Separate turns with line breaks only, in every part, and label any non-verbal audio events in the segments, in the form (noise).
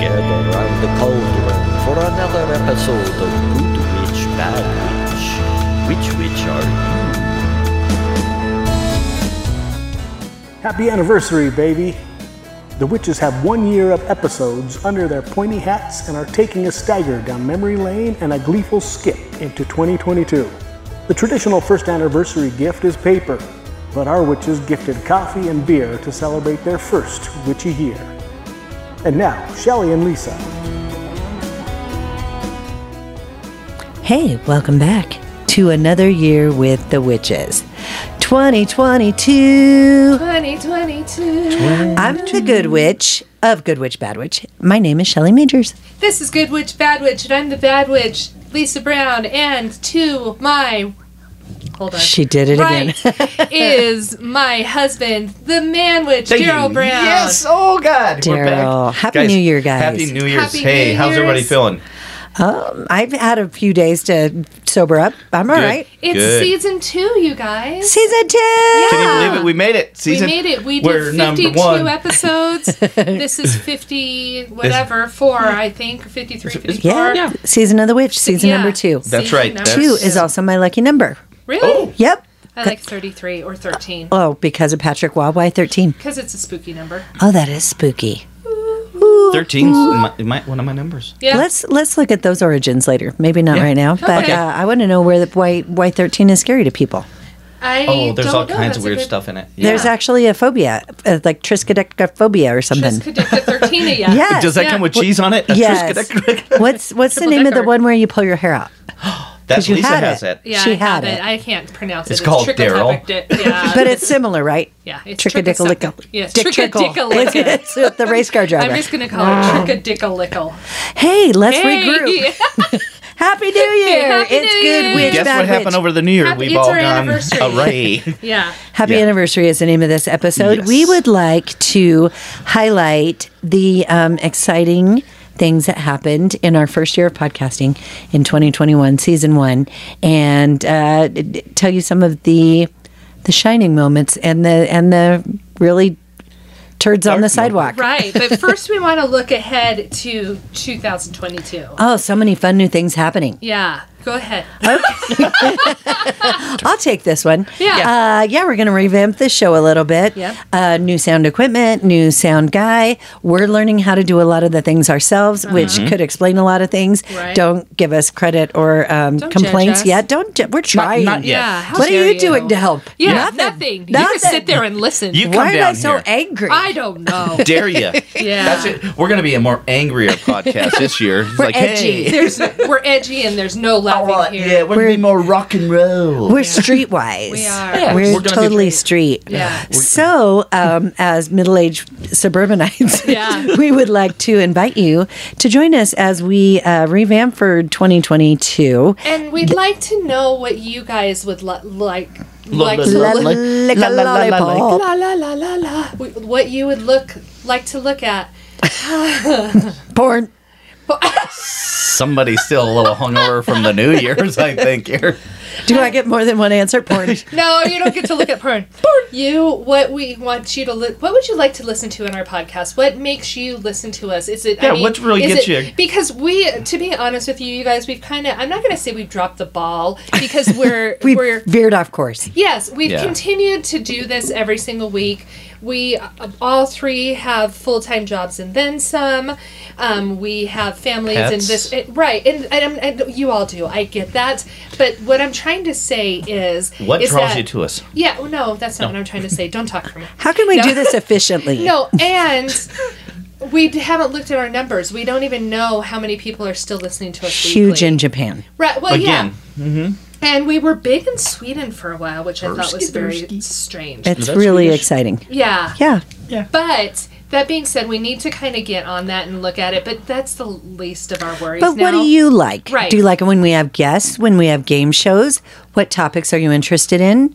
gathered around the cauldron for another episode of Good Witch, Bad Witch. Which witch are you?
Happy anniversary, baby! The witches have one year of episodes under their pointy hats and are taking a stagger down memory lane and a gleeful skip into 2022. The traditional first anniversary gift is paper, but our witches gifted coffee and beer to celebrate their first witchy year. And now, Shelly and Lisa.
Hey, welcome back to another year with the witches. 2022.
2022.
I'm the good witch of Good Witch Bad Witch. My name is Shelley Majors.
This is Good Witch, Bad Witch, and I'm the Bad Witch, Lisa Brown, and to my. Hold on.
She did it again.
Right (laughs) is my husband, the Man Witch,
Thank you.
Daryl Brown.
Yes. Oh God. We're back.
Daryl, Happy New Year, guys.
Happy New Year's.
Happy
hey,
New
how's everybody
Year's.
feeling?
(laughs) Um, I've had a few days to sober up. I'm all
Good.
right.
It's
Good.
season two, you guys.
Season 2.
Can you believe it? We made it. Season.
we made it. We
we're
did 52
number one.
episodes. this is 50, whatever, four, I think, 53, 54.
Yeah. Season of the Witch, season
Yeah.
number 2.
That's
Season
right.
number
That's-
Two is also my lucky number.
Really?
Oh,
Yep.
I like 33 or 13
Oh, because of Patrick Wawai 13.
because it's a spooky number.
Oh, that is spooky.
13's my, my, one of my numbers.
Yeah.
Let's let's look at those origins later. Maybe not right now, but
Okay.
uh, I want to know where the why why thirteen is scary to people.
I
Oh, there's
don't
all
know.
kinds
That's
of
a
weird
good-
stuff in it.
There's actually a phobia, uh, like triskaidekaphobia or something.
Just Kadicta
(laughs)
13 yet.
Yes.
Does that
Yeah.
come with cheese on (laughs) it? A
uh,
Yes.
Triscuit-
what's what's the
Triple
name of the
decker.
one where you pull your hair out?
That's
you
Lisa
had
has
it.
that.
Yeah,
She
I
had
have
it.
it. I can't pronounce it.
It's called Daryl.
trichotillomictic- Yeah,
(laughs) But it's similar, right?
yeah, it's
Trickadicka.
trichotillomictic. Yes,
Dick trickle. It's,
trichotillomictic.
it's with the race car driver.
(laughs) I'm just gonna call it trickadickalickle.
hey, let's (laughs) regroup.
Hey,
Happy New Year!
Happy
it's
New
good
Year.
witch,
Guess
bad
what happened
witch.
over the New Year?
Happy-
We've
it's
all
our
gone
anniversary.
(laughs) array.
(laughs) yeah,
Happy
Yeah.
anniversary is the name of this episode. We
Yes.
would like to highlight the um, exciting things that happened in our first year of podcasting in 2021, season one, and uh, d- d- tell you some of the the shining moments and the and the really turds on the
Dark
sidewalk.
right. But first, we want to look ahead to 2022.
Oh, so many fun new things happening.
Yeah, go ahead.
I'll take this one.
Yeah.
Uh, yeah, we're going to revamp this show a little bit.
Yep.
Uh, new sound equipment, new sound guy. We're learning how to do a lot of the things ourselves, which could explain a lot of things.
Uh-huh. Right.
Don't give us credit or um,
Don't judge
complaints
us.
yet. Don't. ju- We're trying.
not yet.
Yeah, how
What are
dare
you doing to help?
Yeah,
Nothing.
nothing. You just sit there and listen.
You come
Why am I
down
so
here.
angry?
I don't know.
Dare you?
Yeah.
That's it. We're going to be a more angrier podcast this year. It's like,
edgy.
hey.
There's, we're edgy and there's no laughing here.
Oh, Yeah, we're, going to be more rock and roll.
We're streetwise.
We are.
We're,
Yeah,
we're gonna be
totally street.
Yeah.
So, um, as middle-aged suburbanites,
(laughs) Yeah.
(laughs) we would like to invite you to join us as we uh, revamp for 2022.
And we'd like to know what you guys would lo- like. Like to
la-
La-
look-
la-
like
la-
a
la- la- la-
lollipop.
la la la la la. What you would look like to look at?
Porn.
Somebody's still a little hungover from the New Year's, I think. Here.
Do I get more than one answer? Porn.
(laughs) No, you don't get to look at porn. You, what we want you to, li- what would you like to listen to in our podcast? What makes you listen to us? Is it? I
Yeah,
mean,
what really
is
gets
it-
you?
Because we, to be honest with you, you guys, we've kind of, I'm not going to say we've dropped the ball because we're
We
we're
veered off
(laughs)
course.
Yes, we've
Yeah.
continued to do this every single week. We uh, all three have full time jobs and then some. Um, we have families and
Pets.
this it, right, and, and, and, you all do. I get that, but what I'm trying to say is
What
is
draws
that-
you to us?
Yeah, well, no, that's not what I'm trying to say. Don't talk for me.
(laughs) How can we
No.
do this efficiently? (laughs)
No, and. We d- haven't looked at our numbers. We don't even know how many people are still listening to us.
Huge
weekly.
in Japan.
Right. Well, Oh, yeah.
Again,
And we were big in Sweden for a while, which I thought was
Ersky,
very
Ersky.
strange.
It's
that
really
Swedish?
exciting.
Yeah.
Yeah.
But that being said, we need to kind of get on that and look at it. But that's the least of our worries.
But what
now.
do you like?
Right.
Do you like it when we have guests, when we have game shows? What topics are you interested in?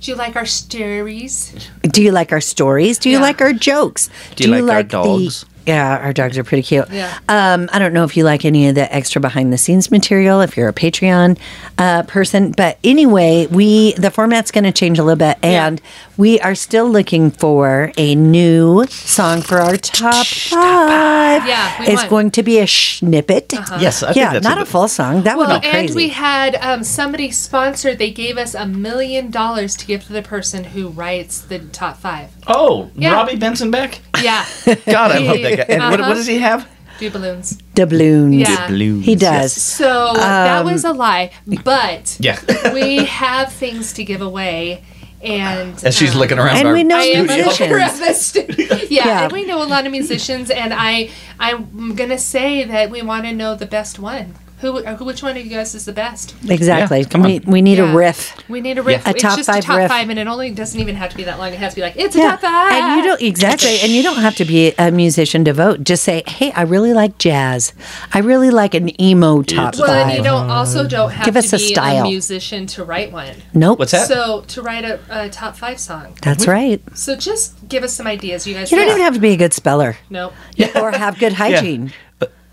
Do you like our stories?
Do you like our stories? Do you
Yeah.
like our jokes?
do you like, our
the-
dogs?
Yeah, our dogs are pretty cute.
Yeah.
Um, I don't know if you like any of the extra behind the scenes material if you're a Patreon uh, person, but anyway, we the format's going to change a little bit,
Yeah.
and we are still looking for a new song for our top five.
Yeah, we
it's
want-
going to be a snippet.
Uh-huh. Yes, I think
yeah,
that's a
not a,
good-
full song. That
Well,
would be crazy.
and we had um, somebody sponsored. They gave us a million dollars to give to the person who writes the top five.
Oh,
Yeah.
Robbie Benson back?
Yeah,
(laughs) God, I love that guy. And what,
Uh-huh.
what does he have?
do balloons.
Doubloons.
Yeah.
Doubloons,
He does.
So
Um,
that was a lie, but
(laughs) Yeah.
we have things to give away, and
And she's
um,
looking around.
And
our
we know
I am a
(laughs) studio.
member of the studio. (laughs) Yeah,
Yeah.
and we know a lot of musicians, and I I'm gonna say that we want to know the best one. Who, uh, who which one of you guys is the best?
Exactly.
Yeah, come
we, we need
Yeah.
a riff.
We need a riff.
Yeah.
A
it's
top
just
five
a top
riff.
five, and it only doesn't even have to be that long. It has to be like it's a top five.
And you don't exactly, and you don't have to be a musician to vote. Just say, hey, I really like jazz. I really like an emo top
Well, and you
five.
don't also don't have
Give
to
us a
be
style.
musician to write one.
Nope.
What's that?
So to write a, a top five song.
That's right.
So just give us some ideas, you guys.
You don't even have to be a good speller
No,
or
(laughs)
have good hygiene.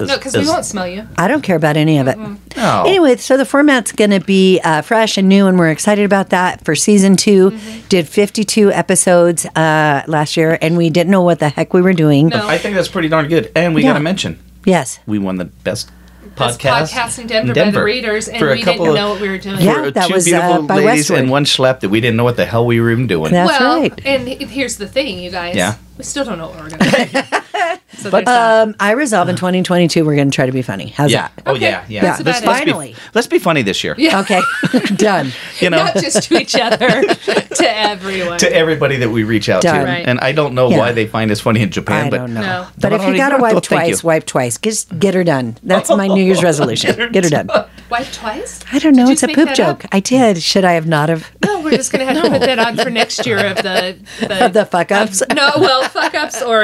no, because we won't smell you.
I don't care about any of it.
Oh.
Anyway, so the format's going to be uh, fresh and new, and we're excited about that for season 2
Mm-hmm.
Did 52 episodes uh, last year, and we didn't know what the heck we were doing.
No.
I think that's pretty darn good. And we
Yeah.
got to mention,
Yes.
we won the best
Best
podcast,
podcast in Denver, by the readers, and
For a
we
couple
didn't
of-
know what we were doing.
Yeah.
for
that
two
was, uh,
beautiful
by
ladies
Westwood.
and one schlep that we didn't know what the hell we were even doing.
That's
well,
right.
and he- here's the thing, you guys.
Yeah.
We still don't know what we're gonna do.
(laughs)
so but,
Um, I resolve in 2022 we're going to try to be funny. How's
Uh-huh. yeah.
that?
Oh
Okay.
yeah. Yeah.
That's
let's,
about
let's
it.
Finally.
be, let's be funny this year.
(laughs) Yeah.
Okay, (laughs) done.
You know,
not just to each other, (laughs) to everyone.
to everybody that we reach out
Done.
to.
Right.
And I don't know
Yeah.
why they find us funny in Japan,
I
but
don't know.
No.
But if you
Well,
got to
well,
wipe
thank
twice,
you.
wipe twice. Just get her done. That's my
(laughs)
New Year's resolution. Get her done.
e-
Wipe twice?
I don't know.
Did you
it's a
make
poop
that up?
joke. I did. Should I have not have?
No, we're just gonna
(laughs)
have to put that on for next year of the the,
Of (laughs) the
(laughs)
fuck ups?
of- no, well, fuck ups or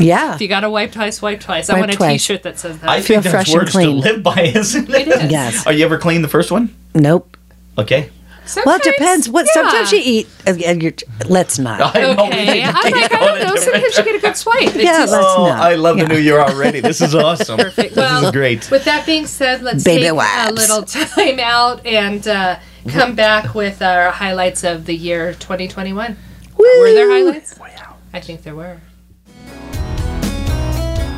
(laughs) Yeah.
If you gotta wipe twice, wipe twice. I
Wipe
want a
twice.
T-shirt that says that.
I
Feel
think that's
fresh and
words
clean.
to live by, isn't it?
It is.
Yes.
Are you ever clean the first one?
Nope.
Okay.
Well,
Sometimes-
it depends. What? Sometimes
yeah.
you eat. uh, and you're, let's
(laughs)
not.
I know we
Okay,
need
I'm
to keep
like, I
going
don't know.
in
Sometimes you get a good swipe. It's
Yeah,
just-
let's
Oh,
not.
I love
Yeah.
the new year already. This
(laughs)
is awesome.
Perfect.
This
Well,
is great.
With that being said, let's
Baby
take
wipes.
a little time out and uh,
Mm-hmm.
come back with our highlights of the year 2021. Were there highlights? I think there were.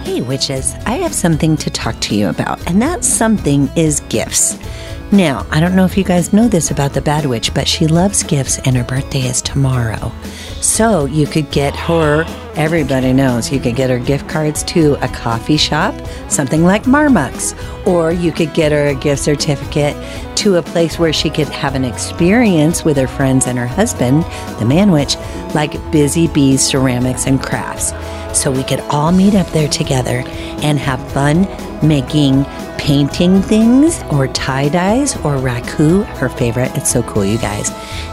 Hey, witches, I have something to talk to you about, and that something is gifts. Now, I don't know if you guys know this about the Bad Witch, but she loves gifts and her birthday is tomorrow. So you could get her, everybody knows, you could get her gift cards to a coffee shop, something like Marmux, or you could get her a gift certificate to a place where she could have an experience with her friends and her husband, the Man Witch, like Busy Bees Ceramics and Crafts so we could all meet up there together and have fun making painting things or tie dyes or raku, her favorite. It's so cool, you guys.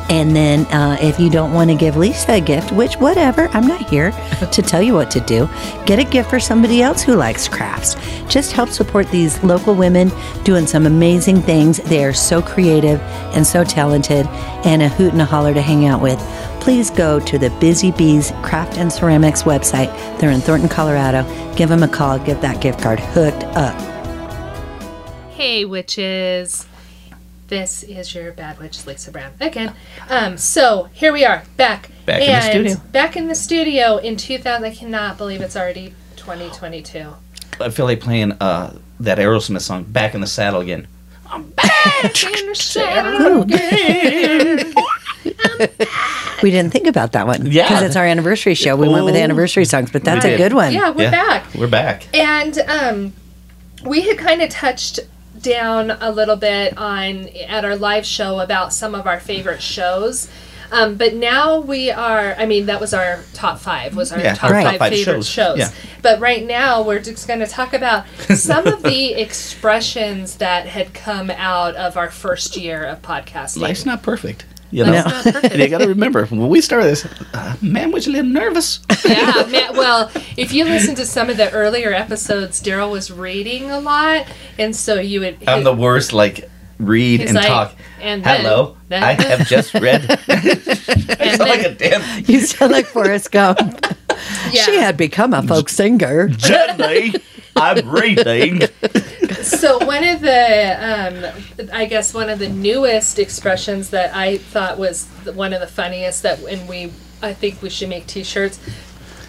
And then uh, if you don't want to give Lisa a gift, which whatever, I'm not here to tell you what to do, get a gift for somebody else who likes crafts. Just help support these local women doing some amazing things. They are so creative and so talented and a hoot and a holler to hang out with please go to the Busy Bees Craft and Ceramics website. They're in Thornton, Colorado. Give them a call, get that gift card hooked up.
Hey, witches. This is your bad witch, Lisa Brown, again. Um, so here we are, back.
Back in the
and
studio.
Back in the studio in 2000. I cannot believe it's already 2022.
I feel like playing uh, that Aerosmith song, Back in the Saddle Again.
We didn't think about that one
Yeah.
because it's our anniversary show. We went with
Oh.
anniversary songs, but that's
We
a
did.
good one.
Yeah, we're
Yeah,
back.
We're back.
And um, we had kind of touched down a little bit on at our live show about some of our favorite shows. Um, but now we are. I mean, that was our top five. Was our
Yeah,
top,
our top
five
five
favorite
shows.
shows.
Yeah.
But right now we're just going to talk about some of
(laughs)
the expressions that had come out of our first year of podcasting.
Life's not perfect. You know?
It's not
(laughs)
perfect.
you got to remember, when we started this, uh, man was a little nervous.
yeah, man, well, if you listen to some of the earlier episodes, Daryl was reading a lot, and so you would.
I'm the worst, like, read
He's
and
like,
talk.
"And then-
Hello,
then- (laughs)
I have just read. (laughs) I
and
sound like a
then-
damn
You sound like Forrest Gump.
(laughs) Yeah.
She had become a folk singer.
Gently, I'm reading.
so one of the um, i guess one of the newest expressions that i thought was the- one of the funniest that and we i think we should make t-shirts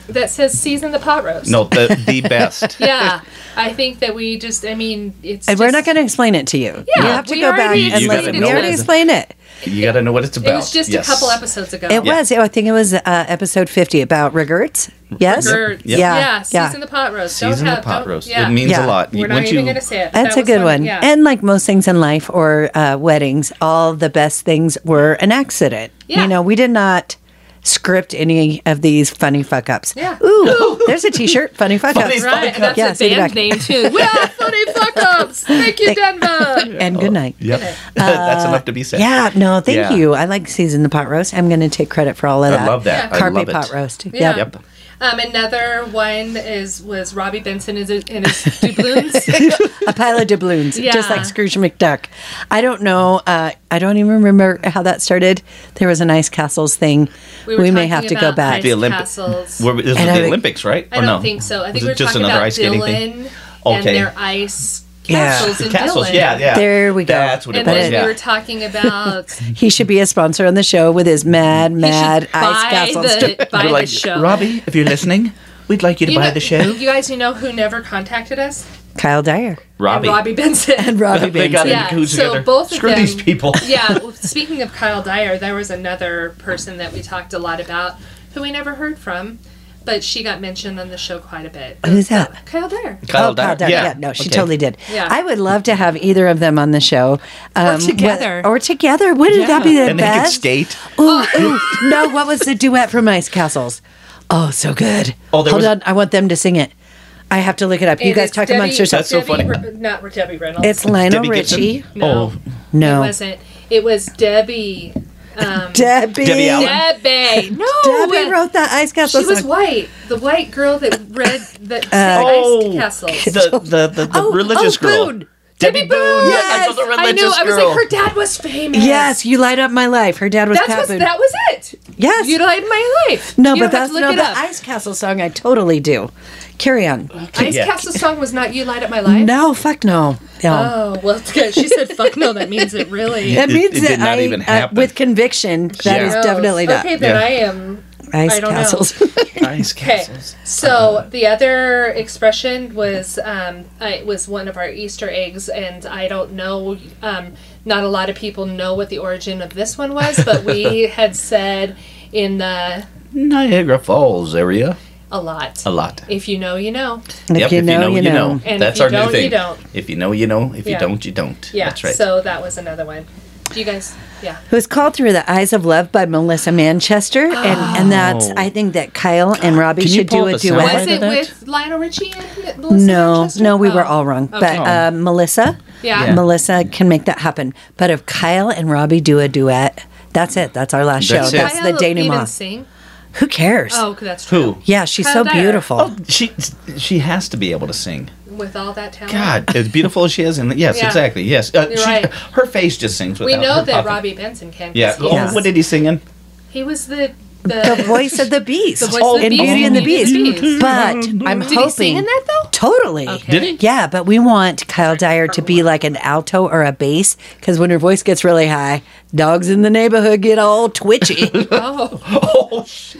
that says season the pot roast
No, the, the best.
yeah i think that we just i mean it's
And we're
just-
not going to explain it to you. you
Yeah,
have to
we
go back
already
and
explained
listen.
it.
We already
No.
explained it.
You got to know what it's about.
it was just
Yes.
a couple episodes ago
It was. I think it was uh, episode 50 about regards. Yes.
Or-
Yep.
Yeah,
yeah,
yeah.
season the pot roast. Don't
Season
have,
the pot
don't-
roast.
Yeah.
It means
Yeah.
a lot.
we're not
Once
even
you-
going to say it.
That's
That
a
was
good
fun,
one.
Yeah.
And like most things in life or uh, weddings, all the best things were an accident.
Yeah.
You know, we did not script any of these funny fuck ups.
Yeah.
Ooh, there's a t shirt,
(laughs)
funny fuck ups.
right, and that's
Yeah,
a
see the back.
band name too. (laughs) Well, funny fuck ups. Thank you, Denver.
And good night.
Yep. (laughs) That's enough to be said.
Uh,
Yeah, no, thank
Yeah.
you. I like season the pot roast. I'm going to take credit for all of
I
that.
love that.
Yeah.
I love
Carpet
it.
pot roast.
Yeah.
Yep.
Yep.
Um, another one is was Robbie Benson is
(laughs)
in his doubloons.
Oh,
a pile of doubloons, just
Yeah.
like Scrooge McDuck. I don't know. Uh, I don't even remember how that started. There was an ice castles thing. We,
were
may
talking
have to go
about
back.
ice
The Olympic-
castles.
Where, this was
And I
the
think-
Olympics, right?
I
or
don't
no?
think so. I
Was
think
it
we we're
just
talking
another
about
ice skating thing?
Dylan and
Okay.
their ice
Yeah.
castles in
Castles,
Dylan.
yeah, yeah.
There we go.
That's what it
And
was.
then
yeah.
we were talking
(laughs)
about
He should be a sponsor on the show with his mad, mad
should
ice
buy
castles.
the-
to-
buy
We're
the
like,
show.
Robbie, if you're listening, we'd like you to
you,
buy
know-
the show.
you guys, you know who never contacted us?
Kyle Dyer
Robbie.
Robbie Benson.
and Robbie
They got
Benson.
Yeah,
in cahoots
so
together.
both of
Screw these
them-
people.
(laughs)
(laughs)
yeah. well, Speaking of Kyle Dyer, there was another person that we talked a lot about who we never heard from, but she got mentioned on the show quite a bit.
Who's that?
Kyle Dyer.
Kyle
oh, Kyle Dyer. Yeah. no, she
Okay.
totally did.
Yeah.
I would love to have either of them on the show. Um, wh-
together.
or together. Wouldn't that be the
and they could
best?
skate.
Ooh, ooh. No, what was the duet from Ice Castles? Oh, so good.
Oh, there
Hold
was-
on. I want them to sing it. I have to look it up. you
And
guys
it's
talk
Debbie-
amongst yourselves.
That's so
Debbie
funny.
Re- not Debbie Reynolds.
It's Lionel
Debbie Gibson?
Richie.
no,
No.
it wasn't. It was Debbie. Um,
Debbie.
Debbie Allen.
(laughs)
Debbie. No.
Debbie wrote that Ice
She
Castle
was
song.
white. The white girl that read
Uh,
that
Oh,
Ice Castles.
The, the, the, the
Oh,
religious
oh,
girl.
Boone.
Debbie Boone.
Yes.
Another
I
religious
knew. I was
girl.
like, her dad was famous.
Yes, you light up my life. Her dad was
That's
Pat
was,
Boone.
that was it.
Yes.
You lied in my life.
no,
You
but
don't have
that's
to look
no,
it
the
up.
Ice Castle song. I totally do. Carry on.
Ice
Yeah.
Castle song was not "You Light Up My Life."
No, fuck no. No.
Oh well, it's good. she said "fuck no." That means it
(laughs)
really.
That
It-
means
it
that
did not
I,
even
uh,
happen.
with conviction, that
Yeah.
is
knows.
definitely not
Okay, then
Yeah.
I am.
Ice
I don't know.
castles. (laughs)
Ice
Okay,
castles.
so the other expression was um, I- it was one of our Easter eggs, and I don't know. Um, not a lot of people know what the origin of this one was,
(laughs)
but we had said in the
Niagara Falls area.
a lot.
A lot.
If you know, you know.
And
Yep,
if you know, you know.
And
That's
if you
our
don't,
new
you
thing.
don't.
If you know, you know. If
Yeah.
you don't, you don't.
Yeah.
That's right.
So that was another one. Do you guys? Yeah.
It was called Through the Eyes of Love by Melissa Manchester, and, and that's I think that Kyle and Robbie
Oh. Can you
should
pull
do a
up the sound
duet.
Was
Either
it
that-
with Lionel Richie and Melissa
No,
Manchester?
no, we were
Oh.
all wrong. But uh,
Oh.
Melissa,
Yeah. Yeah.
Melissa can make that happen. But if Kyle and Robbie do a duet, that's it. That's our last
That's
show.
it.
That's the
Kyle Even
denouement.
sing?
Who cares?
Oh, 'cause that's true.
Who?
Yeah, she's
Kyle
so
Dyer.
beautiful.
Oh, she she has to be able to sing.
With all that talent.
God, as beautiful as she is,
(laughs)
and yes,
Yeah.
exactly, yes. Uh,
You're
she,
right.
Her face just sings.
We
Without
know
her
that
popping.
Robbie Benson can. 'cause
Yeah.
He,
Oh, what did he sing in? (laughs)
he was the the,
the voice of the beast
voice of (laughs) the
in
beast
Beauty and the
in Beauty
Beast.
and the Beast.
But I'm
Did
hoping
he sing in that though?
totally.
Okay. Did he?
Yeah, but we want Kyle Dyer to be like an alto or a bass because when her voice gets really high, dogs in the neighborhood get all twitchy.
Oh.
Oh, sh-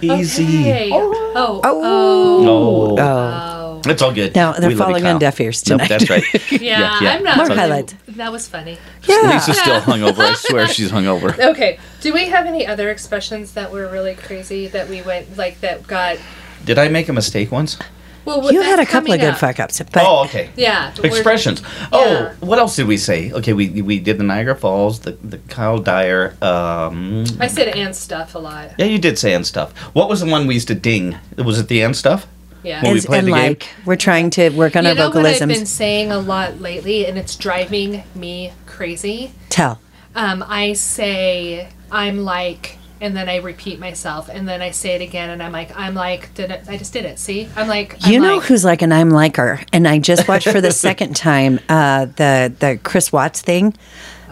easy.
Hey. Oh. Oh.
(laughs) Oh,
oh.
it's all good.
No, they're
We love you,
falling on
Kyle.
deaf ears
No,
tonight. (laughs)
that's right.
Yeah,
yeah.
I'm not.
More
really-
highlights.
That was funny.
yeah.
Lisa's still hungover. I swear
(laughs)
she's hungover.
Okay. Do we have any other expressions that were really crazy that we went like that got?
Did I make a mistake once?
Well, what-
you had a
that's
couple of
coming
good
up.
fuck ups, but
oh, okay.
Yeah. we're-
Expressions.
yeah.
Oh, what else did we say? Okay, we we did the Niagara Falls, the, the Kyle Dyer. Um,
I said and stuff a lot.
yeah, you did say and stuff. What was the one we used to ding? Was it the and stuff?
Yeah.
Well, we
Is-
played
and
the game.
like we're trying to work on
you
our
know what I've been
vocalisms.
saying a lot lately, and it's driving me crazy.
Tell.
Um, I say I'm like and then I repeat myself, and then I say it again, and I'm like, I'm like, did it, I just did it? See, I'm like, I'm
You know
like-
who's like an I'm like her, and I just watched for the
(laughs)
second time uh, the the Chris Watts thing.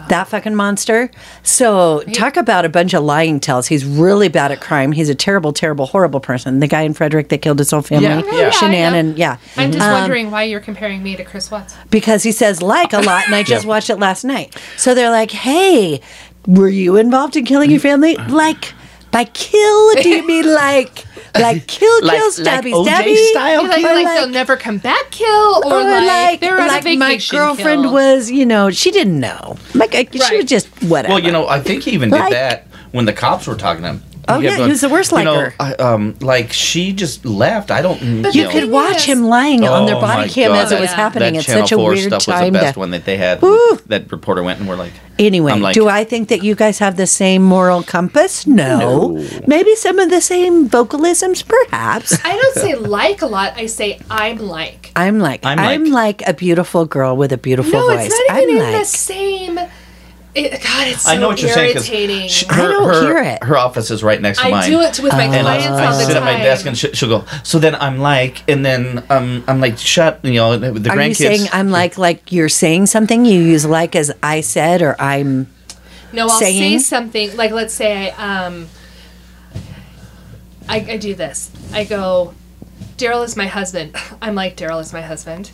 That fucking monster. So talk about a bunch of lying tells. He's really bad at crime. He's a terrible, terrible, horrible person. The guy in Frederick that killed his whole family,
Yeah, yeah.
Shanann,
Yeah, I know.
and yeah,
I'm just
Um,
wondering why you're comparing me to Chris Watts.
because he says like a lot, and I just
Yeah.
watched it last night. So they're like, "Hey, were you involved in killing your family? Like by kill? Do you mean like like kill, kill,
Like- like
stabby,
OJ
stabby
style
Like,
Oh, Or
like, they'll never come back, kill, or, like, they're on
like
a vacation.
my girlfriend
kill.
was, you know, she didn't know. Like I, she was
Right.
just whatever.
Well, you know, I think he even did
Like-
that when the cops were talking to him.
Oh, yeah,
kept
he was the worst
you know,
liker."
I, um, like she just left. I don't.
But
you
know.
could
thing
watch
is-
him lying on their
Oh
body
my
cam
God,
as it was
that-
happening.
that
It's
Channel
such a
4
weird
stuff was the
time.
best
to,
one that they had.
Woo!
That reporter went and we're like,
Anyway,
I'm like-
do I think that you guys have the same moral compass? No. Maybe some of the same vocalisms, perhaps.
(laughs)
I don't say like a lot. I say I'm like.
I'm like I'm
I'm
like,
like-
a beautiful girl with a beautiful
No,
voice.
it's not even
I'm
in
like
the same. It, God, it's so
I know what you're saying
irritating.
sh-
I don't
her,
hear it.
Her office is right next to
I
mine.
do it with my
and
clients
I, I
all the
sit
time.
at my desk and she, she'll go. So then I'm like, and then um, I'm like, shut. You know, the
Are
grandkids.
you saying I'm like like you're saying something? You use like as I said or I'm
no, I'll
saying-
say something like let's say I um. I, I do this. I go. Daryl is my husband. (laughs) I'm like Daryl is
(laughs)
my husband.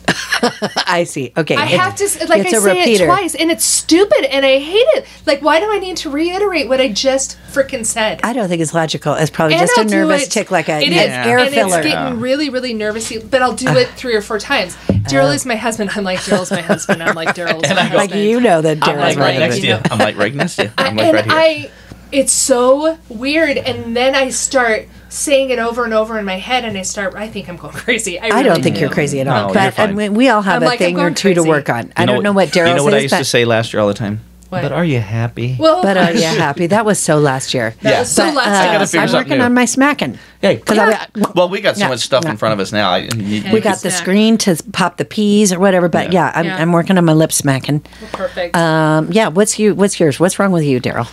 I see. Okay.
I
it's-
have to s- like I
it's a
say
repeater.
it twice, and it's stupid, and I hate it. Like, why do I need to reiterate what I just freaking said?
I don't think it's logical. It's probably
And
just
I'll
a
do
nervous
it-
tick, like a,
it
an
is,
air
and
filler.
It's getting really, really nervousy, but I'll do it three or four times. Daryl is my husband. I'm like Daryl's my husband. I'm like
(laughs)
Daryl's my husband.
like you know that
I'm
Daryl's
like right
right.
next to
You
you.
know.
I'm like right next to you. I'm like
and
right here.
I, it's so weird. And then I start saying it over and over in my head, and I start. I think I'm going (laughs) crazy. I, really
I don't think you're
Yeah.
crazy at
No,
all.
you're
but I
fine.
mean, we all have
I'm
a
like, I'm
thing or
going
two to
crazy.
work on. I don't know what Daryl
You know what I
says,
used
but,
to say last year all the time.
What?
But are you happy?
Well,
(laughs)
but
(laughs)
are you happy? That was so last year.
That was so
But,
last
uh,
year. I gotta
figure
I'm
something
working
new.
on my smacking.
Hey,
'Cause I-
well, we got so
Yeah,
much stuff
yeah.
in front of us now. I- you-
We
you-
got the
Smack.
screen to pop the peas or whatever, but yeah,
Yeah.
I'm,
Yeah.
I'm working on my lip smacking.
perfect.
Um, yeah, what's you? What's yours? What's wrong with you, Daryl?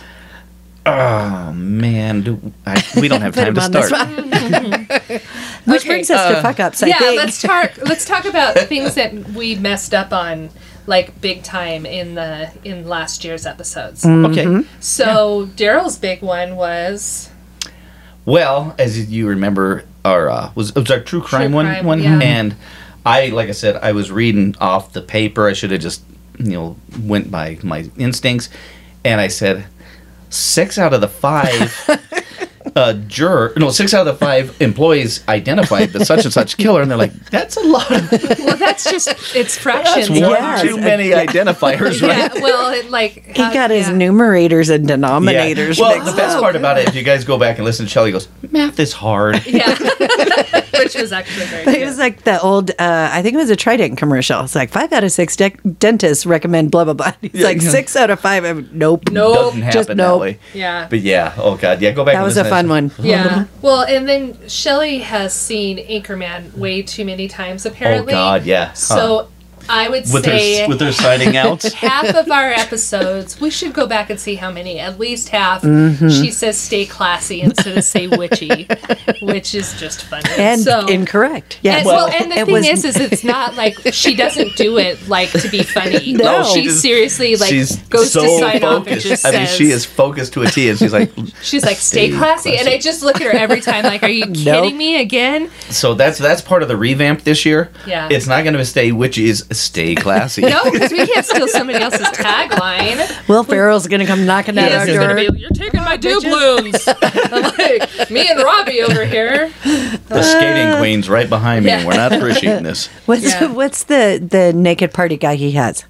Oh man, do, I, we
(laughs)
don't have
Put
time
him
to
on the
start.
Which
Okay, uh,
brings us to fuck ups. I
yeah,
think. (laughs)
let's talk. Let's talk about things that we messed up on, like big time in the in last year's episodes.
Mm.
Okay.
So Daryl's big one was
Well, as you remember, our uh, was it was our true crime one
crime,
one,
yeah.
and I like I said, I was reading off the paper. I should have just you know went by my instincts, and I said six out of the five. (laughs) Uh, jur no six out of the five employees identified the such and such killer and they're like that's a lot (laughs) of
well, that's just
(laughs)
it's
that's
fractions.
one
Yes.
too many identifiers
(laughs)
right
Yeah, well, it, like
(laughs)
uh,
he got his numerators and denominators.
Well,
mixed
the best part about it, if you guys go back and listen, Shelly goes, "Math is (laughs) hard."
(laughs) Yeah, which was actually very
It was
good.
like the old, uh, I think it was a Trident commercial. It's like five out of six de- dentists recommend blah, blah, (laughs) blah. It's like
yeah.
six out of five. Of, nope.
Nope.
Doesn't happen
Just
that
nope.
way.
Yeah.
But yeah, oh god, yeah, go back.
That
and
was a
listen to
fun one.
Yeah. Well, and then Shelley has seen Anchorman way too many times apparently.
Oh, God, yeah. Huh.
So I would
With
say
her, with her signing
(laughs)
out, (laughs)
half of our episodes, we should go back and see how many. At least half.
Mm-hmm.
She says stay classy instead of
(laughs)
say witchy, which is just funny.
(laughs) And
so,
incorrect. Yeah.
And, well, and the
it
thing
was-
is, is it's not like she doesn't do it like to be (laughs) funny.
No. No,
she
she just-
seriously like goes to sign off and just
I mean,
says,
she is focused to a T, and she's like, (laughs)
She's like, stay
Stay
classy. And I just look at her every time, like, are (laughs) you kidding me again?
"So that's that's part of the revamp this year."
Yeah.
it's not going to stay, which is stay classy.
(laughs) No, because we can't steal somebody (laughs) else's tagline.
Will Ferrell's going to come knocking at our
It's
door.
going to be, you're taking my doubloons. (laughs) I'm like, me and Robbie over here.
the
Uh,
skating queen's right behind me.
Yeah.
We're not
(laughs)
appreciating this.
what's
Yeah.
what's the, the naked party guy he
(laughs)
has?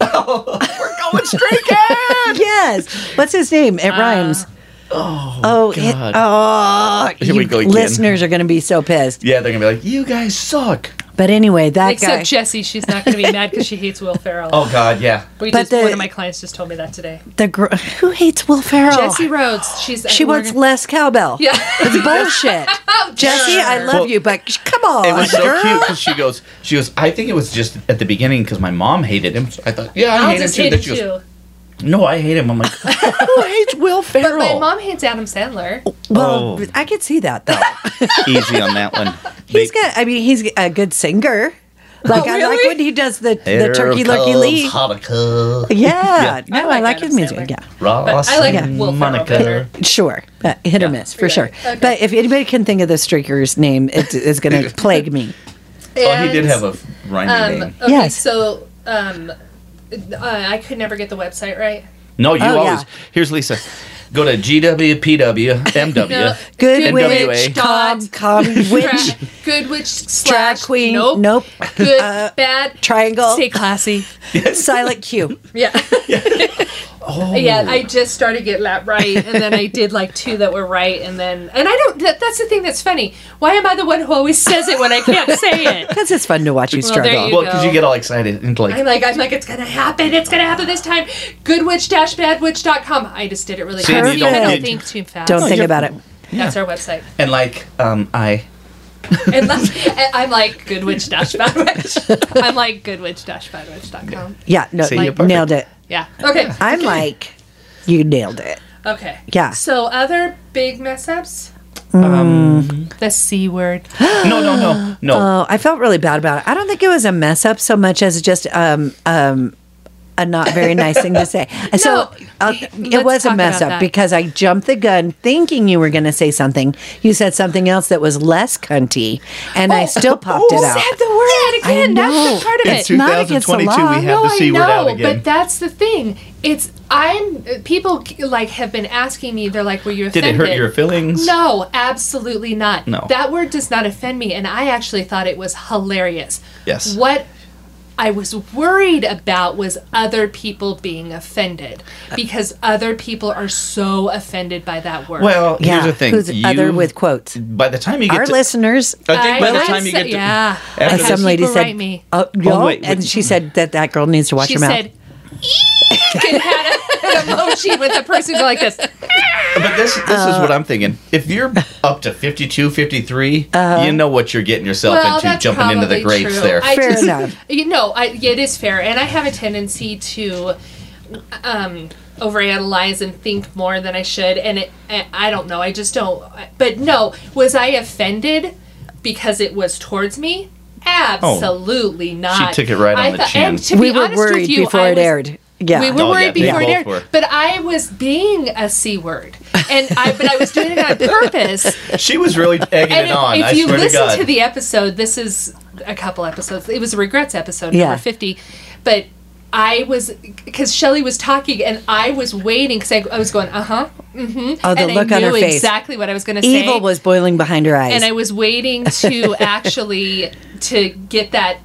We're going straight at.
(laughs) Yes. What's his name?
Uh,
It rhymes. Oh, it- oh,
Here
you
we go again.
listeners are going to be so pissed.
Yeah, they're gonna be like, "You guys suck."
But anyway, that
Except
guy.
Jessie, she's not going to be mad because she hates Will Ferrell.
Oh God, yeah.
we
But
just, one
the-
of my clients just told me that today.
the girl who hates Will Ferrell.
Jessie Rhodes, she's
she
we're
wants
gonna-
less cowbell.
yeah.
It's
(laughs)
bullshit.
Oh,
Jesse, I
sure.
love you, but sh- come on.
It was so
girl.
cute because she goes, she goes. I think it was just at the beginning because my mom hated him. So I thought, yeah, I
I'll
hate him
just
too.
hate
Then
it
she goes,
too.
No, I hate him. I'm like, (laughs) who hates Will
But
Ferrell?
(laughs) my mom hates Adam Sandler.
Well,
Oh.
I could see that though.
Easy on that one.
He's
They-
got. I mean, he's a good singer. Like I like
Oh, really?
when he does the the
Here
turkey lurkey
comes
league.
Hanukkah.
Yeah. No, I like,
like
his
Adam
music.
Sandler.
Yeah.
Ross
I like
and
Will Ferrell better.
Monica.
Sure. Uh, hit or miss, for
Right.
sure.
Okay.
But if anybody can think of the streaker's name, it is going
(laughs)
to plague me.
Oh, he did have a rhyming
Um,
name.
okay,
Yes.
So um, uh, I could never get the website right.
No, you
Oh, yeah.
always. Here's Lisa. Go to GWPW MW.
(laughs) No,
Good
NWA.
witch,
dot
com, com, witch,
tra- good witch slash
queen,
Nope.
nope. Uh,
Good bad.
triangle, (laughs)
Stay classy.
silent Q.
Yeah. Yeah.
Oh.
(laughs) I just started getting that right, and then I did like two that were right, and then and I don't. That, that's the thing that's funny. Why am I the one who always says it when I can't say it?
Because it's fun to watch you
there
struggle.
you
Well, because you
go.
get all excited and like,
I'm like, I'm like, it's gonna happen. It's gonna happen this time. Goodwitch-badwitch.com. I just did it really
See,
fast.
you don't-
I
you-
don't think too fast.
Oh,
Don't think about it.
That's our website.
and like, um, I.
And that's- and I'm
(laughs)
like Goodwitch-badwitch. I'm like Goodwitch-badwitch.com.
Yeah, no,
See, you're perfect.
nailed it.
Yeah. Okay.
I'm like, you nailed it.
Okay.
Yeah.
So other big mess ups. Um, the c word.
No, no, no, no.
Oh, I felt really bad about it. I don't think it was a mess up so much as just um um a not very nice thing to say.
(laughs)
So I'll- it
let's
was a
talk
mess
about
up
that.
because I jumped the gun thinking you were going to say something. You said something else that was less cunty, and
(gasps)
I still popped it out.
Oh. Said the word
I
again.
know.
That's the part of
In
it.
too- not against the
2022,
law.
we have the C
I
word out
know,
again.
but that's the thing. It's I'm people like have been asking me. They're like, "Were you
Did
offended?"
it hurt your feelings?
No, absolutely not.
No.
That word does not offend me, and I actually thought it was hilarious.
Yes.
What I was worried about was other people being offended because other people are so offended by that word.
Well,
yeah,
here's the thing.
who's
you-
other with quotes?
By the time you get
Our
to,
listeners.
I think by
I-
the
I
time you
said-
get to,
yeah.
after
And
Other
some lady
people
said,
write me.
"Oh, y'all,"
wait,
and
wait.
she said that that girl needs to watch
she
her mouth.
said, "Eek," and had a, (laughs) an emoji with a person go like this.
But this this is what I'm thinking. If you're up to 52, 53, you know what you're getting yourself
Well,
into
that's
jumping into the
probably
grapes
true.
there.
I
Fair
just,
enough.
You know, I, yeah, it is fair, and I have a tendency to um, overanalyze and think more than I should, and it, I, I don't know. I just don't. I- But no, was I offended because it was towards me? Absolutely not.
Oh, took it right on
I
the
thought-
chin.
and to
we
be
were
honest
worried
with you,
before
I
it
was-
aired. Yeah,
we were
Oh, yeah,
worried
they
before
both
it aired,
were.
but I was being a c word, and I but I was doing it
(laughs)
on purpose
She was
(laughs)
really egging
and
it on.
if,
I
if you
swear to
listen
God.
to, the episode, this is a couple episodes. It was a regrets episode,
Yeah.
number fifty. But I was because Shelly was talking, and I was waiting because I, I was going, uh huh,
"Oh, the
and
look
I
on her
knew
face.
exactly what I was going to say.
Evil was boiling behind her eyes."
and I
(laughs)
was waiting to actually to get that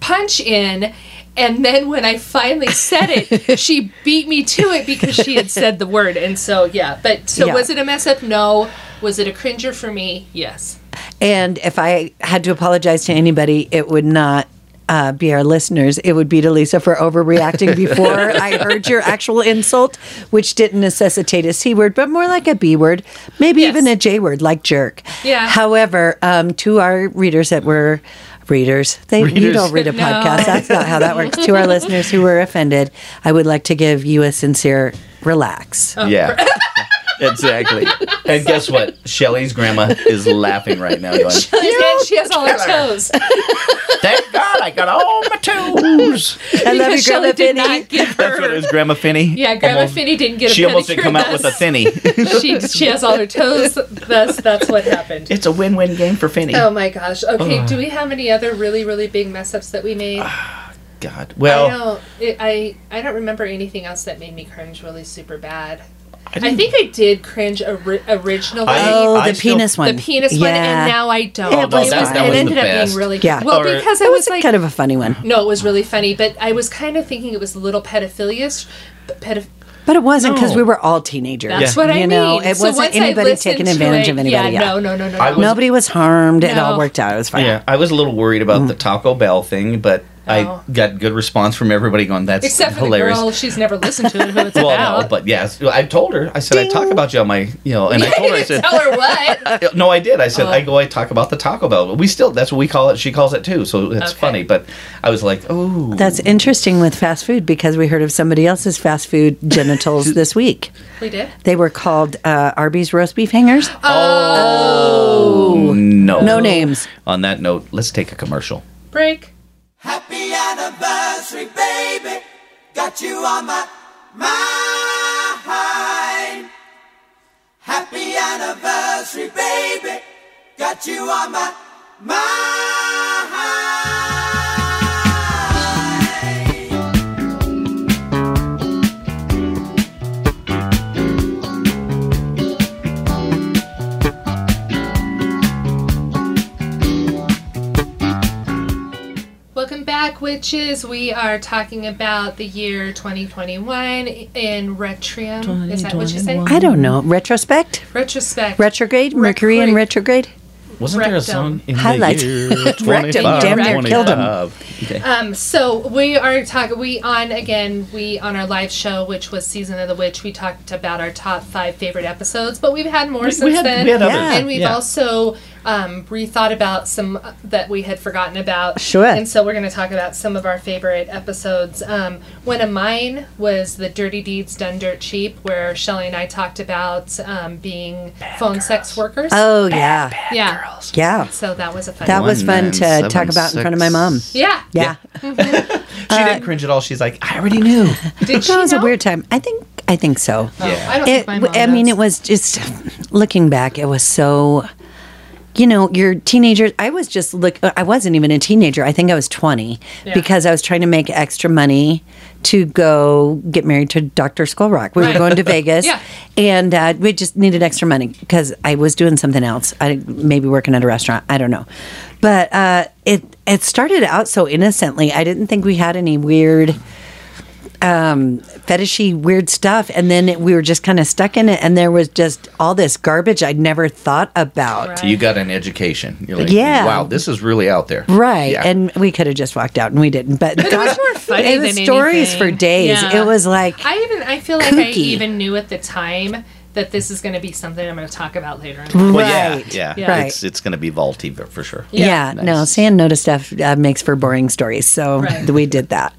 punch in. And then when I finally said
(laughs)
it, she beat me to it because she had said the word. And so, yeah. But so
Yeah.
was it a mess up? No. Was it a cringer for me? Yes.
And if I had to apologize to anybody, it would not uh, be our listeners. It would be to Lisa for
(laughs)
overreacting before I heard your actual insult, which didn't necessitate a C word, but more like a B word, maybe
Yes.
even a J word, like jerk.
Yeah.
However, um, to our readers that were readers, they you
Readers.
don't read a
(laughs) No.
podcast. That's not how that works.
(laughs)
To our listeners who were offended, I would like to give you a sincere relax.
Oh, (laughs)
yeah. exactly. And guess what? Shelly's grandma is laughing right now.
(laughs)
Going,
And she has all her
(laughs)
(laughs) toes.
Thank God I got all my tools.
I love you,
Because
Grandma
Shelley did
Finny.
not give
That's what it
her.
was, Grandma Finney.
Yeah, Grandma
Almost-
Finney didn't get a
She almost didn't
pedicure,
come out with a
that's- (laughs)
thinny.
She she has all her toes. That's that's what happened.
it's a win-win game for Finney.
Oh my gosh. Okay, do we have any other really really big mess ups that we
Uh,
made?
God.
I
Well,
don't. It, I I don't remember anything else that made me cringe really super bad. I
didn't-
think I did cringe ori- originally.
I- Oh,
Oh,
I
the
still-
penis one.
the penis
yeah.
one, and now I don't.
It was
it,
fine. That
it
was
ended
the
up
best.
being really
Yeah.
well
Or-
because I
That
was
was a
like
kind of a funny one.
no, it was really funny, but I was kind of thinking it was a little pedophilious. Pedoph-
But it wasn't because
No.
we were all teenagers.
That's what I
you
mean.
know, It
So
wasn't
once I
anybody
listened
taking
to
advantage
it-
of anybody.
Yeah,
Yeah,
no, no, no, no.
I
no.
was-
Nobody was harmed. It all
No.
worked out. It was fine. Mm.
Yeah, I was a little worried about the Taco Bell thing, but
Oh.
I got good response from everybody going, "That's
Except for
hilarious."
the girl, she's never listened to who it's
well,
about.
no, but yes, I told her. I said I talk about you on my, you know,
(laughs)
and I told her. I
You
said,
tell her
(laughs)
what.
no, I did. I said
Oh.
I go. I talk about the Taco Bell. But we still that's what we call it. She calls it too. So it's
Okay.
funny. But I was like, oh,
That's interesting with fast food because we heard of somebody else's fast
(laughs)
food genitals this week.
we did.
They were called uh, Arby's roast beef hangers.
Oh.
no,
No names.
On that note, let's take a commercial.
Break.
Happy anniversary, baby. Got you on my mind. Happy anniversary, baby. Got you on my mind.
Welcome back, witches. We are talking about the year 2021 in Retrium. Is that what you say?
I don't know. Retrospect?
Retrospect.
Retrograde? Mercury in
Mercury.
retrograde?
Wasn't there a
Rectum.
song in
Highlight.
the year
(laughs) Rectum.
25,
Damn near
killed him.
25? Okay.
Um, so we are talking. We on again. We on our live show, which was season of the witch. We talked about our top five favorite episodes, but we've had more since
we had-
then,
we had others.
and we've
Yeah.
also um, rethought about some uh, that we had forgotten about.
Sure.
And so we're going to talk about some of our favorite episodes. Um, one of mine was the "Dirty Deeds Done Dirt Cheap," where Shelly and I talked about um, being phone sex workers.
Oh, yeah.
yeah.
Yeah.
So that was a fun.
That
one.
was fun to talk about in front of my mom.
Yeah.
Yeah.
She didn't cringe at all. She's like, I already knew.
Did she
That was a
know?
weird time. I think I think so.
I don't
It,
think my mom
I mean,
knows.
it was just looking back. It was so, you know, your teenager. I was just look. I wasn't even a teenager. I think I was twenty because I was trying to make extra money to go get married to Dr. Skull Rock. We
Right.
were going
(laughs)
to Vegas,
Yeah.
and uh, we just needed extra money because I was doing something else. I maybe working at a restaurant. I don't know, but uh, it it started out so innocently. I didn't think we had any weird fetishy weird stuff and then it, we were just kind of stuck in it and there was just all this garbage i'd never thought about right,
Right.
You got an education. You're like,
Yeah.
wow, this is really out there. Yeah.
and we could have just walked out and we didn't but,
But it was more funny
it was
than
stories
anything.
for days
Yeah.
it was like
I even I feel like I
Kooky.
even knew at the time that this is going to be something I'm going to talk about later.
right
In
Well, yeah, yeah.
Yeah.
It's it's going to be vaulty but for sure.
yeah, no
Nice.
sand notice stuff uh, makes for boring stories so
Right.
we did that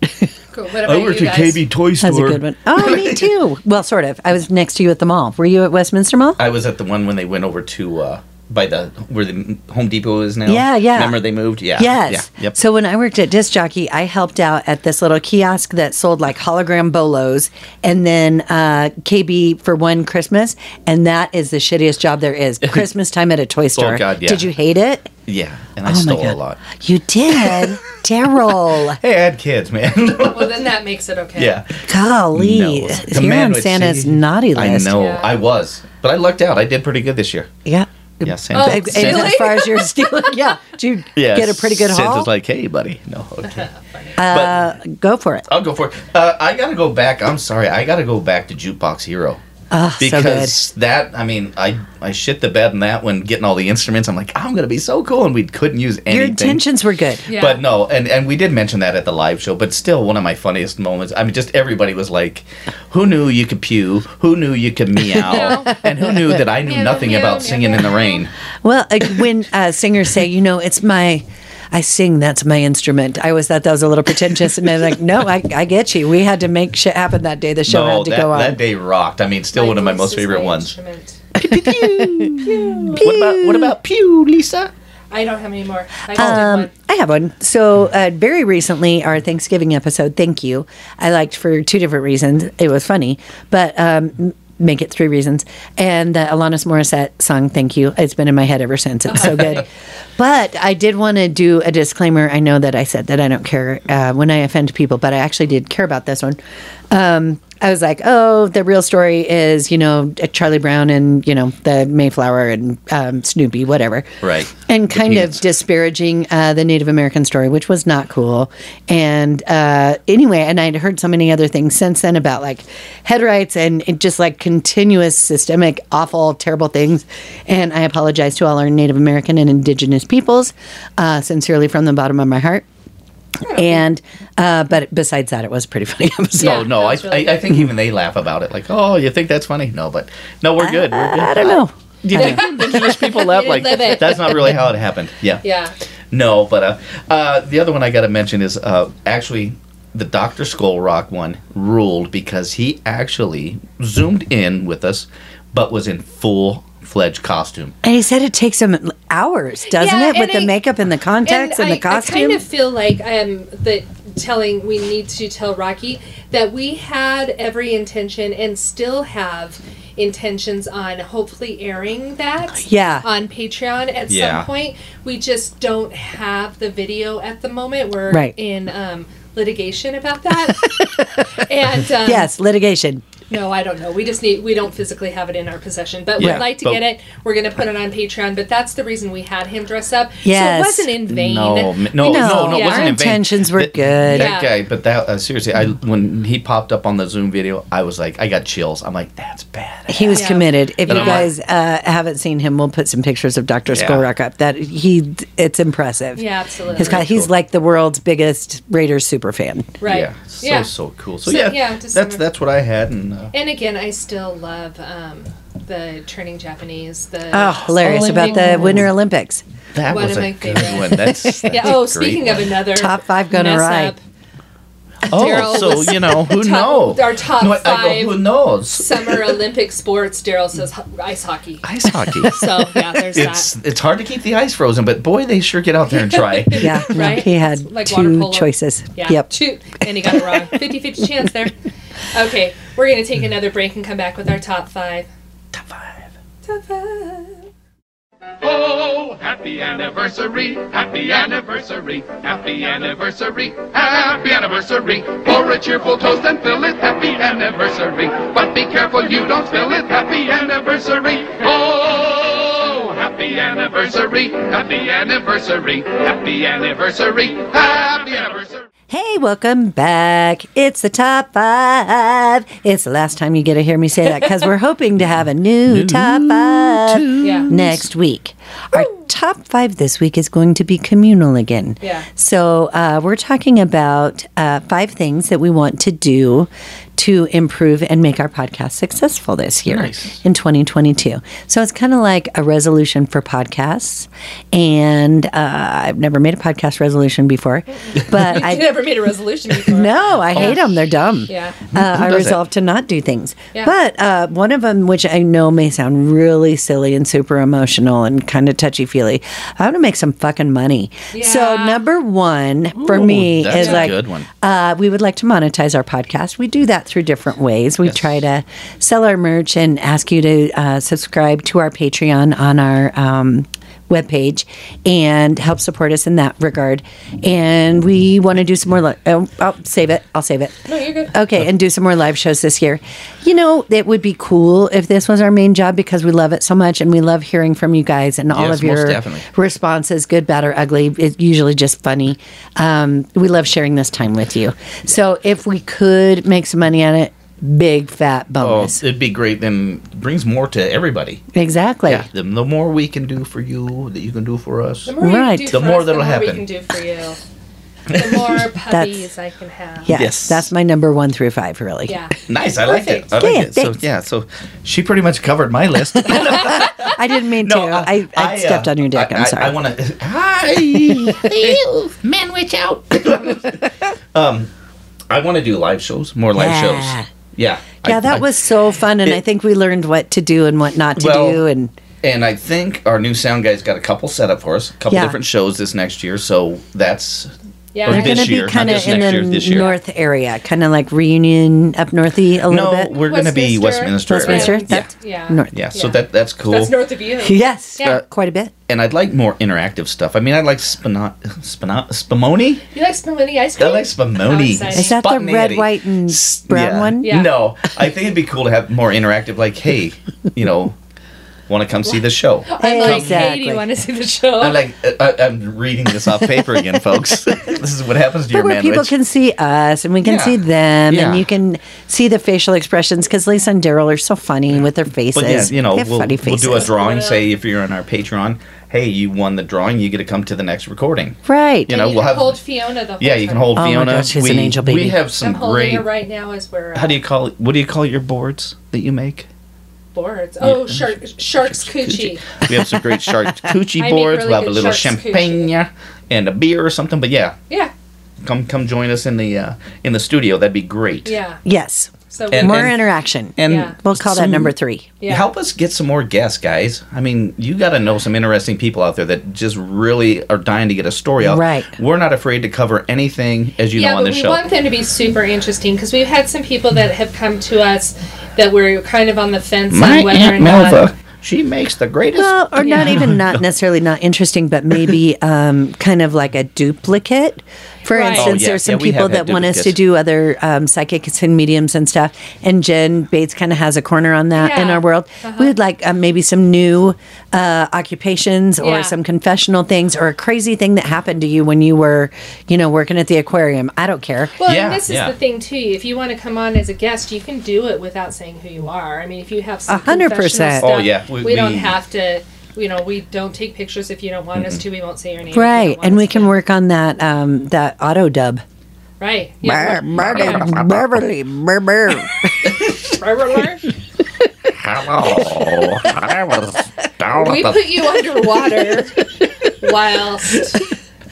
cool. What about you guys?
Toy
that's a good one. Oh, (laughs) me too well sort of i was next to you at the mall were you at westminster mall
I was at the one when they went over to uh, by the where the Home Depot is now.
Yeah, yeah.
Remember they moved? Yeah.
Yes.
Yeah. Yep.
So when I worked at Disc Jockey, I helped out at this little kiosk that sold like hologram bolos and then uh, KB for one Christmas. And that is the shittiest job
(laughs)
there is. Christmas time at a toy store.
Oh, God, yeah.
Did you hate it?
yeah, and
Oh
I stole a lot.
You
(laughs)
did? Daryl.
Hey, I had kids, man. (laughs)
Well, then that makes it okay.
yeah.
Golly.
No. The
You're
man
on
with
Santa's
C-
naughty list.
I know.
Yeah.
I was, but I lucked out. I did pretty good this year.
Yeah.
Yeah, Santa.
Oh,
And
Santa-
as far as you're (laughs) stealing, yeah. Did you
yeah,
get a pretty good
Santa's
haul?
like, hey, buddy. No, okay.
uh, go for it.
I'll go for it. Uh, I gotta go back. I'm sorry. I gotta go back to Jukebox Hero.
Ah,
because that, I mean, I I shit the bed in that one, getting all the instruments. I'm like, I'm gonna be so cool, and we couldn't use
Your
anything.
intentions were good.
Yeah.
But no, and and we did mention that at the live show. But still, one of my funniest moments. I mean, just everybody was like, "Who knew you could pew? Who knew you could
(laughs)
meow? and who knew that I knew
Meow,
nothing
meow,
about
meow,
singing in the
meow.
rain?"
Well, like when uh, singers say, you know, it's my, I sing, that's my instrument. I always thought that was a little pretentious. And I'm like, no, I, I get you. We had to make shit happen that day. The show
no,
had to
that,
go on.
that day rocked. I mean, still one of my
voice
most
is
favorite
my
ones.
instrument.
What about what about pew, Lisa?
I don't have any more. I just
Um,
did one.
I have one. So, uh, very recently, our Thanksgiving episode, thank you. I liked for two different reasons. It was funny, but um, m- make it three reasons. And the Alanis Morissette song, thank you. It's been in my head ever since. It's so good. But I did want to do a disclaimer. I know that I said that I don't care uh, when I offend people, but I actually did care about this one. Um, I was like, oh, the real story is, you know, Charlie Brown and, you know, the Mayflower and um, Snoopy, whatever
Right.
and
The
kind
peanuts.
of disparaging uh, the Native American story, which was not cool. And uh, anyway, and I'd heard so many other things since then about like head rights and it just like continuous systemic, awful, terrible things. And I apologize to all our Native American and Indigenous peoples, uh, sincerely from the bottom of my heart. And uh, but besides that, it was a pretty funny (laughs) episode.
No,
Yeah,
no,
that
I,
was really
I, I
good.
think even they laugh about it. Like, oh, you think that's funny? No, but no, we're good. We're good.
I don't know.
Do you
(laughs)
think indigenous people laugh like
Ah. live it.
that's not really how it happened? Yeah.
Yeah.
No, but uh, uh, the other one I got to mention is uh, actually the Doctor Skull Rock one ruled because he actually zoomed in with us, but was in full fledged costume.
And he said it takes him hours, doesn't
Yeah,
it, with the
and I-
makeup and the contacts and,
I,
the costume?
I kind of feel like I am that telling we need to tell Rocky that we had every intention and still have intentions on hopefully airing that
Yeah.
on Patreon at
Yeah.
some point. We just don't have the video at the moment. We're
Right.
in um, litigation about that. (laughs) and um,
yes, litigation.
no, I don't know. We just need we don't physically have it in our possession, but
Yeah,
we'd like to
but-
get it. We're going to put it on Patreon, but that's the reason we had him dress up.
Yes.
So it wasn't in vain.
No, m- no, no, no,
No,
it
our
wasn't in vain.
intentions were
That-
good.
That
Yeah.
guy, but that uh, seriously, I when he popped up on the Zoom video, I was like, I got chills. I'm like, that's bad.
He was
Yeah.
committed. If
But
you
I'm
guys uh, haven't seen him, we'll put some pictures of Doctor
Yeah.
Skullrock up. That he, it's impressive.
Yeah, absolutely.
His co- he's like the world's biggest Raiders super fan.
Right.
Yeah, so so cool. So,
So,
yeah,
yeah,
that's
December.
that's what I had, and uh,
And again, I still love um, the turning Japanese. The
Oh, hilarious about the Winter Olympics.
that
One
was
of
a
my
good
favorites.
one. (laughs) That's, that's
yeah.
a
Oh,
great
speaking
one.
of another
Top five gonna
mess
ride.
up,
Oh,
Daryl was
so you know who
(laughs) top-
knows?
our top
No, I- I
five.
go, who knows?
Summer Olympic sports. Daryl says ho- ice hockey.
Ice hockey.
So yeah,
(laughs)
there's
it's
that.
it's hard to keep the ice frozen, but boy, they sure get out there and
(laughs)
try.
Yeah, no,
Right?
he had
Like water
two
polo.
choices.
Yeah.
Yep.
Shoot. And he got
(laughs)
it wrong. 50 50 chance there. Okay. We're going to take another break and come back with our top five.
Top five.
Top five.
Oh, happy anniversary, happy anniversary, happy anniversary, happy anniversary. For a cheerful toast and fill it, happy anniversary. But be careful you don't spill it, happy anniversary. Oh, happy anniversary, happy anniversary, happy anniversary, happy anniversary.
Hey, welcome back. It's the top five. It's the last time you get to hear me say that because we're hoping to have a new, top five
Yeah.
next week. Our top five this week is going to be communal again.
Yeah.
So uh, we're talking about uh, five things that we want to do to improve and make our podcast successful this year in 2022. So it's kind of like a resolution for podcasts. And uh, I've never made a podcast resolution before, but
I (laughs)
I.
never made a
(laughs)
resolution before.
No, I hate them. They're dumb.
Yeah.
Uh, I
does
resolved to not do things.
Yeah.
But uh, one of them, which I know may sound really silly and super emotional and kind of touchy feely, I want to make some fucking money. So,
Yeah.
number one for
Ooh,
me
that's
is
a
like,
good one.
Uh, we would like to monetize our podcast. We do that through different ways. We try to sell our merch and ask you to uh, subscribe to our Patreon on our. Um, webpage and help support us in that regard and we want to do some more li- oh, I'll save it I'll save it
No, you're good.
Okay, and do some more live shows this year. You know, it would be cool if this was our main job because we love it so much and we love hearing from you guys and all
Yes,
of your
most definitely.
responses, good, bad, or ugly. It's usually just funny. Um, we love sharing this time with you. So if we could make some money on it, big fat
Oh,
bonus.
it'd be great. Then brings more to everybody.
exactly.
Yeah, the, the more we can do for you, that you can do for us.
The more you can
Right.
do
The
for
more
us,
that'll
the more
happen.
we can do
(laughs)
for you. The more puppies I can have.
Yes,
Yes.
that's my number one through five, really.
Yeah.
Nice, I liked it. I liked
Yeah,
it. So
thanks.
yeah, so she pretty much covered my
(laughs)
list. (laughs)
I didn't mean
No,
to.
uh,
I, I,
uh,
stepped on your dick. I,
I,
am sorry.
I, want (laughs) to. Hi,
(laughs)
Ew, man, witch out. (laughs) um, I want to do live shows, more live
Yeah.
shows. Yeah,
yeah,
I-
that
I-
was so fun, and
It-
I think we learned what to do and what not to
Well,
do, and
And I think our new sound guy's got a couple set up for us, a couple
Yeah.
different shows this next year. So that's
Yeah.
Or
They're
this
going to
year,
be
not
kind of
just
in
next
the
year, this year.
north area, kind of like reunion up northy a little
no,
bit.
we're going to be Westminster.
Westminster.
area.
Westminster,
Yeah.
that's
Yeah.
north.
Yeah, so
Yeah.
that that's cool.
That's north of you.
(laughs) Yes,
Yeah.
uh, quite a bit.
and I'd like more interactive stuff. I mean, I like spina- spina- spumoni.
You like spumoni ice
I
cream?
like spumoni.
How exciting. Is
that the
Spontaneity.
red, white, and
S-
brown one?
Yeah.
No, I think it'd be cool to have more interactive. Like, hey, you know, want to come see the show.
I'm like, hey, do
Exactly.
you want to see the show?
I'm like, uh, I, I'm reading this off paper again, folks. (laughs) this is what happens to your
But where people
manwich.
can see us and we can
Yeah.
see them
Yeah.
and you can see the facial expressions because Lisa and Daryl are so funny with their faces.
but yeah, you know,
They have
we'll,
funny
we'll
faces.
do a drawing. Say if you're on our Patreon, hey, you won the drawing, you get to come to the next recording.
right.
You
And
know,
you
we'll
can
have
hold Fiona the whole
yeah, you can
time.
hold
Oh my
Fiona.
gosh, she's an angel
We
baby.
have
I'm
some
holding
great.
her right now as we're uh,
How do you call it? What do you call your boards that you make?
boards. Oh, shark, shark's coochie.
We have some great
(laughs)
shark coochie
I make
boards.
really
we'll have a
good
little
shark's
champagne and a beer or something. But yeah,
Yeah,
come come join us in the uh, in the studio. That'd be great.
yeah.
yes.
So
And-
More interaction.
And
Yeah.
we'll call that
some-
number three.
Yeah.
Help us get some more guests, guys. I mean, you got to know some interesting people out there that just really are dying to get a story out.
Right.
We're not afraid to cover anything, as you
yeah,
know, on
but
the
we
show.
want them to be super interesting because we've had some people that have come to us that were kind of on the fence on whether or not.
she makes the greatest.
Well, or not even not
(laughs)
necessarily not interesting, but maybe um, kind of like a duplicate. For
Right.
instance,
Oh, yeah.
there's some
Yeah, we have
people
had
that want us to
duplicates.
do other um, psychics and mediums and stuff, and Jen Bates kind of has a corner on that in
Yeah.
our world.
Uh-huh.
We would like um, maybe some new uh, occupations or
Yeah.
some confessional things or a crazy thing that happened to you when you were, you know, working at the aquarium. I don't care.
Well,
Yeah,
and this is
yeah.
the thing too. If you want to come on as a guest, you can do it without saying who you are. I mean, if you have
A
some
hundred
confessional
percent.
Oh,
stuff,
yeah, we-
we, don't
we-
have to. You know, we don't take pictures if you don't want us to. We won't say your name, if you don't
Right,
want
and
us
we
to.
can work on that um, that auto dub.
Right. Yeah.
Beverly, brr, brr. (laughs)
Hello, (laughs) I was down
we put
(laughs)
you underwater whilst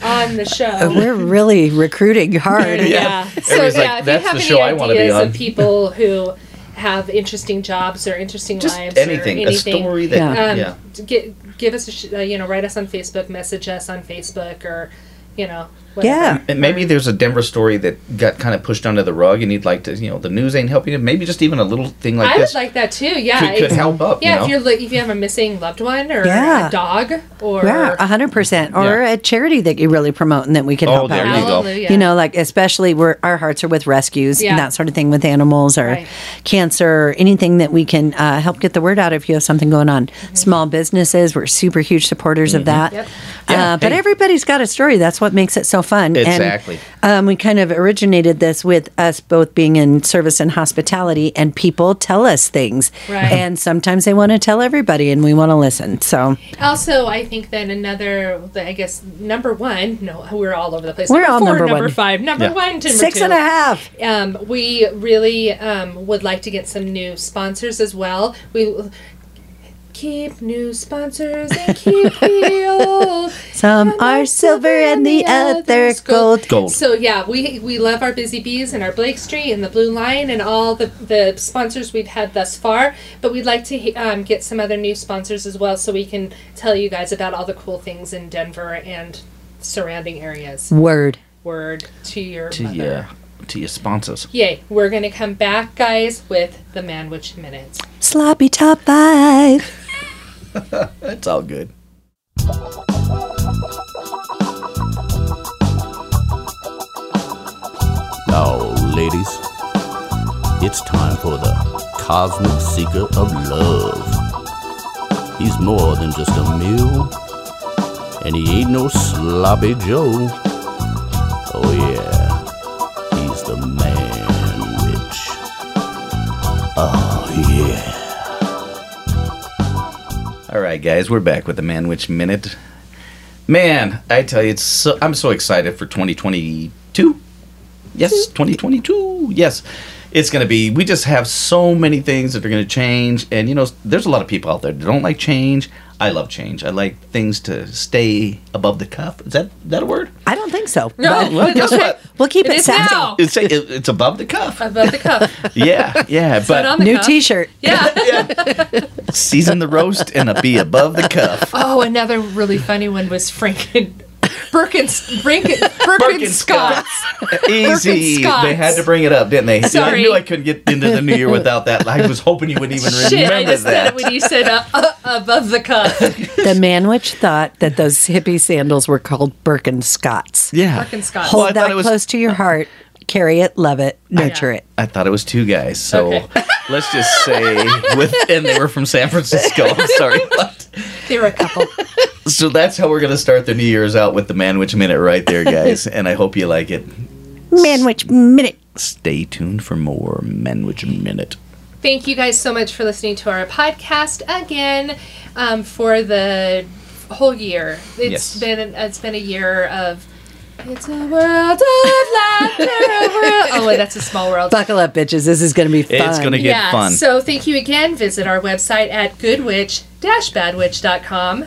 on
(laughs)
the show.
We're really recruiting hard.
Yeah. So
Everybody's like,
yeah, if
"That's
you have
the
any
show I
ideas
wanna be on. (laughs)
of people who have interesting jobs or interesting
just
lives
anything,
or
a
anything,
story that
Yeah.
yeah.
um, to get, give us a sh- uh, you know write us on Facebook, message us on Facebook, or you know whatever.
Yeah.
And maybe there's a Denver story that got kind of pushed under the rug, and you'd like to, you know, the news ain't helping you. Maybe just even a little thing like
I
this
would like that too. Yeah,
could, could
it's-
help up.
yeah.
you know?
If you're li- if you have a missing loved one or
Yeah.
a dog or
Yeah, Uh-huh. a hundred percent, or
Yeah.
a charity that you really promote and that we can
Oh,
help
there
out.
you go.
hallelujah,
You know, like especially where our hearts are with rescues
Yeah.
and that sort of thing with animals or
Right.
cancer or anything that we can uh, help get the word out if you have something going on. Small businesses, we're super huge supporters of that.
Mm-hmm. Yep.
Mm-hmm. Yeah,
uh, But
hey.
everybody's got a story. That's what makes it so fun. And,
Exactly.
um, we kind of originated this with us both being in service and hospitality, and people tell us things.
Right.
And sometimes they want to tell everybody, and we want to listen. So.
Also, I think then another, I guess, number one. No, we're all over the place.
We're
number
all
four,
number
number
one.
five, number
Yeah.
one, to number
Six
two.
and a half.
Um, we really um, would like to get some new sponsors as well. We keep new sponsors
(laughs)
and keep the old.
Some are silver and the others gold.
Gold.
So yeah, we we love our busy bees and our Blake Street and the Blue Line and all the the sponsors we've had thus far. But we'd like to um, get some other new sponsors as well, so we can tell you guys about all the cool things in Denver and surrounding areas.
Word.
Word to your
to
mother.
your to your sponsors.
Yay! We're gonna come back, guys, with the Man Witch Minutes.
Sloppy top five.
It's all good.
Now, ladies, it's time for the Cosmic Seeker of Love. He's more than just a mule, and he ain't no sloppy Joe. Oh, yeah, he's the man witch. Oh, yeah.
All right, guys, we're back with the Man Witch Minute. Man, I tell you, it's so, I'm so excited for 2022. Yes, 2022. Yes, it's going to be. We just have so many things that are going to change, and you know, there's a lot of people out there that don't like change. I love change. I like things to stay above the cuff. Is that is that a word?
I don't think so.
(laughs) No,
but
Well, guess what?
We'll keep it,
it is
sassy.
now.
It's it's above the cuff.
Above the cup.
(laughs) Yeah, yeah.
Put on
But
the
New
cup.
T-shirt.
(laughs) Yeah.
season the roast and a be above the
(laughs)
cuff.
Oh, another really funny one was Franken. Birkins, Brinken,
Birkenstocks.
Birkenstocks.
Easy.
Birkenstocks.
They had to bring it up, didn't they? See, I
Sorry.
knew I couldn't get into the new year without that. I was hoping you wouldn't even
(laughs) Shit, I
remember
just said it
that.
when you said uh, uh, above the cup.
The man which thought that those hippie sandals were called Birkenstocks.
yeah.
Birkenstocks.
Well, I
Hold
thought
that
it was
Oh,
close to your heart. Carry it, love it, nurture it.
I thought it was two guys. So
Okay.
(laughs) let's just say with and they were from San Francisco. I'm
(laughs)
sorry. But,
(laughs) They were a couple.
so that's how we're gonna start the New Year's out with the Man Witch Minute right there,
(laughs)
guys. and I hope you like it.
Man, which minute?
Stay tuned for more Man Witch Minute.
Thank you guys so much for listening to our podcast again um, for the whole year.
Yes.
It's been it's been a year of it's a world of laughter. (laughs) a world- oh wait, that's a small world.
Buckle up, bitches. This is going to be fun.
It's gonna get
yeah.
fun.
So thank you again. Visit our website at goodwitch-badwitch.com.
Woo!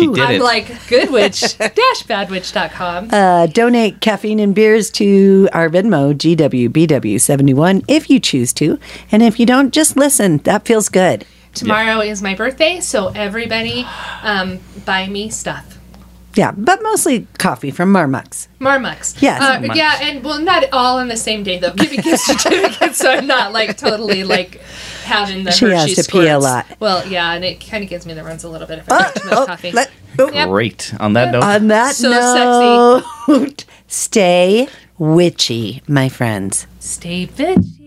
she did
I'm
it.
like
(laughs)
goodwitch-badwitch.com.
Uh, donate caffeine and beers to our Venmo, GWBW71, if you choose to. And if you don't, just listen. That feels good.
Tomorrow is my birthday, so everybody um, buy me stuff.
Yeah, but mostly coffee from Marmux.
Marmux.
Yes.
Uh, Yeah, and well, not all on the same day though. Giving gift certificates, so I'm not like totally like having the
She has
Hershey
to pee a
squirts.
lot.
Well, yeah, and it kind of gives me the runs a little bit if I drink too much coffee.
Let- oh,
Yep.
Great. On that note,
On that
So
(laughs) note, stay witchy, my friends.
Stay bitchy. Oh,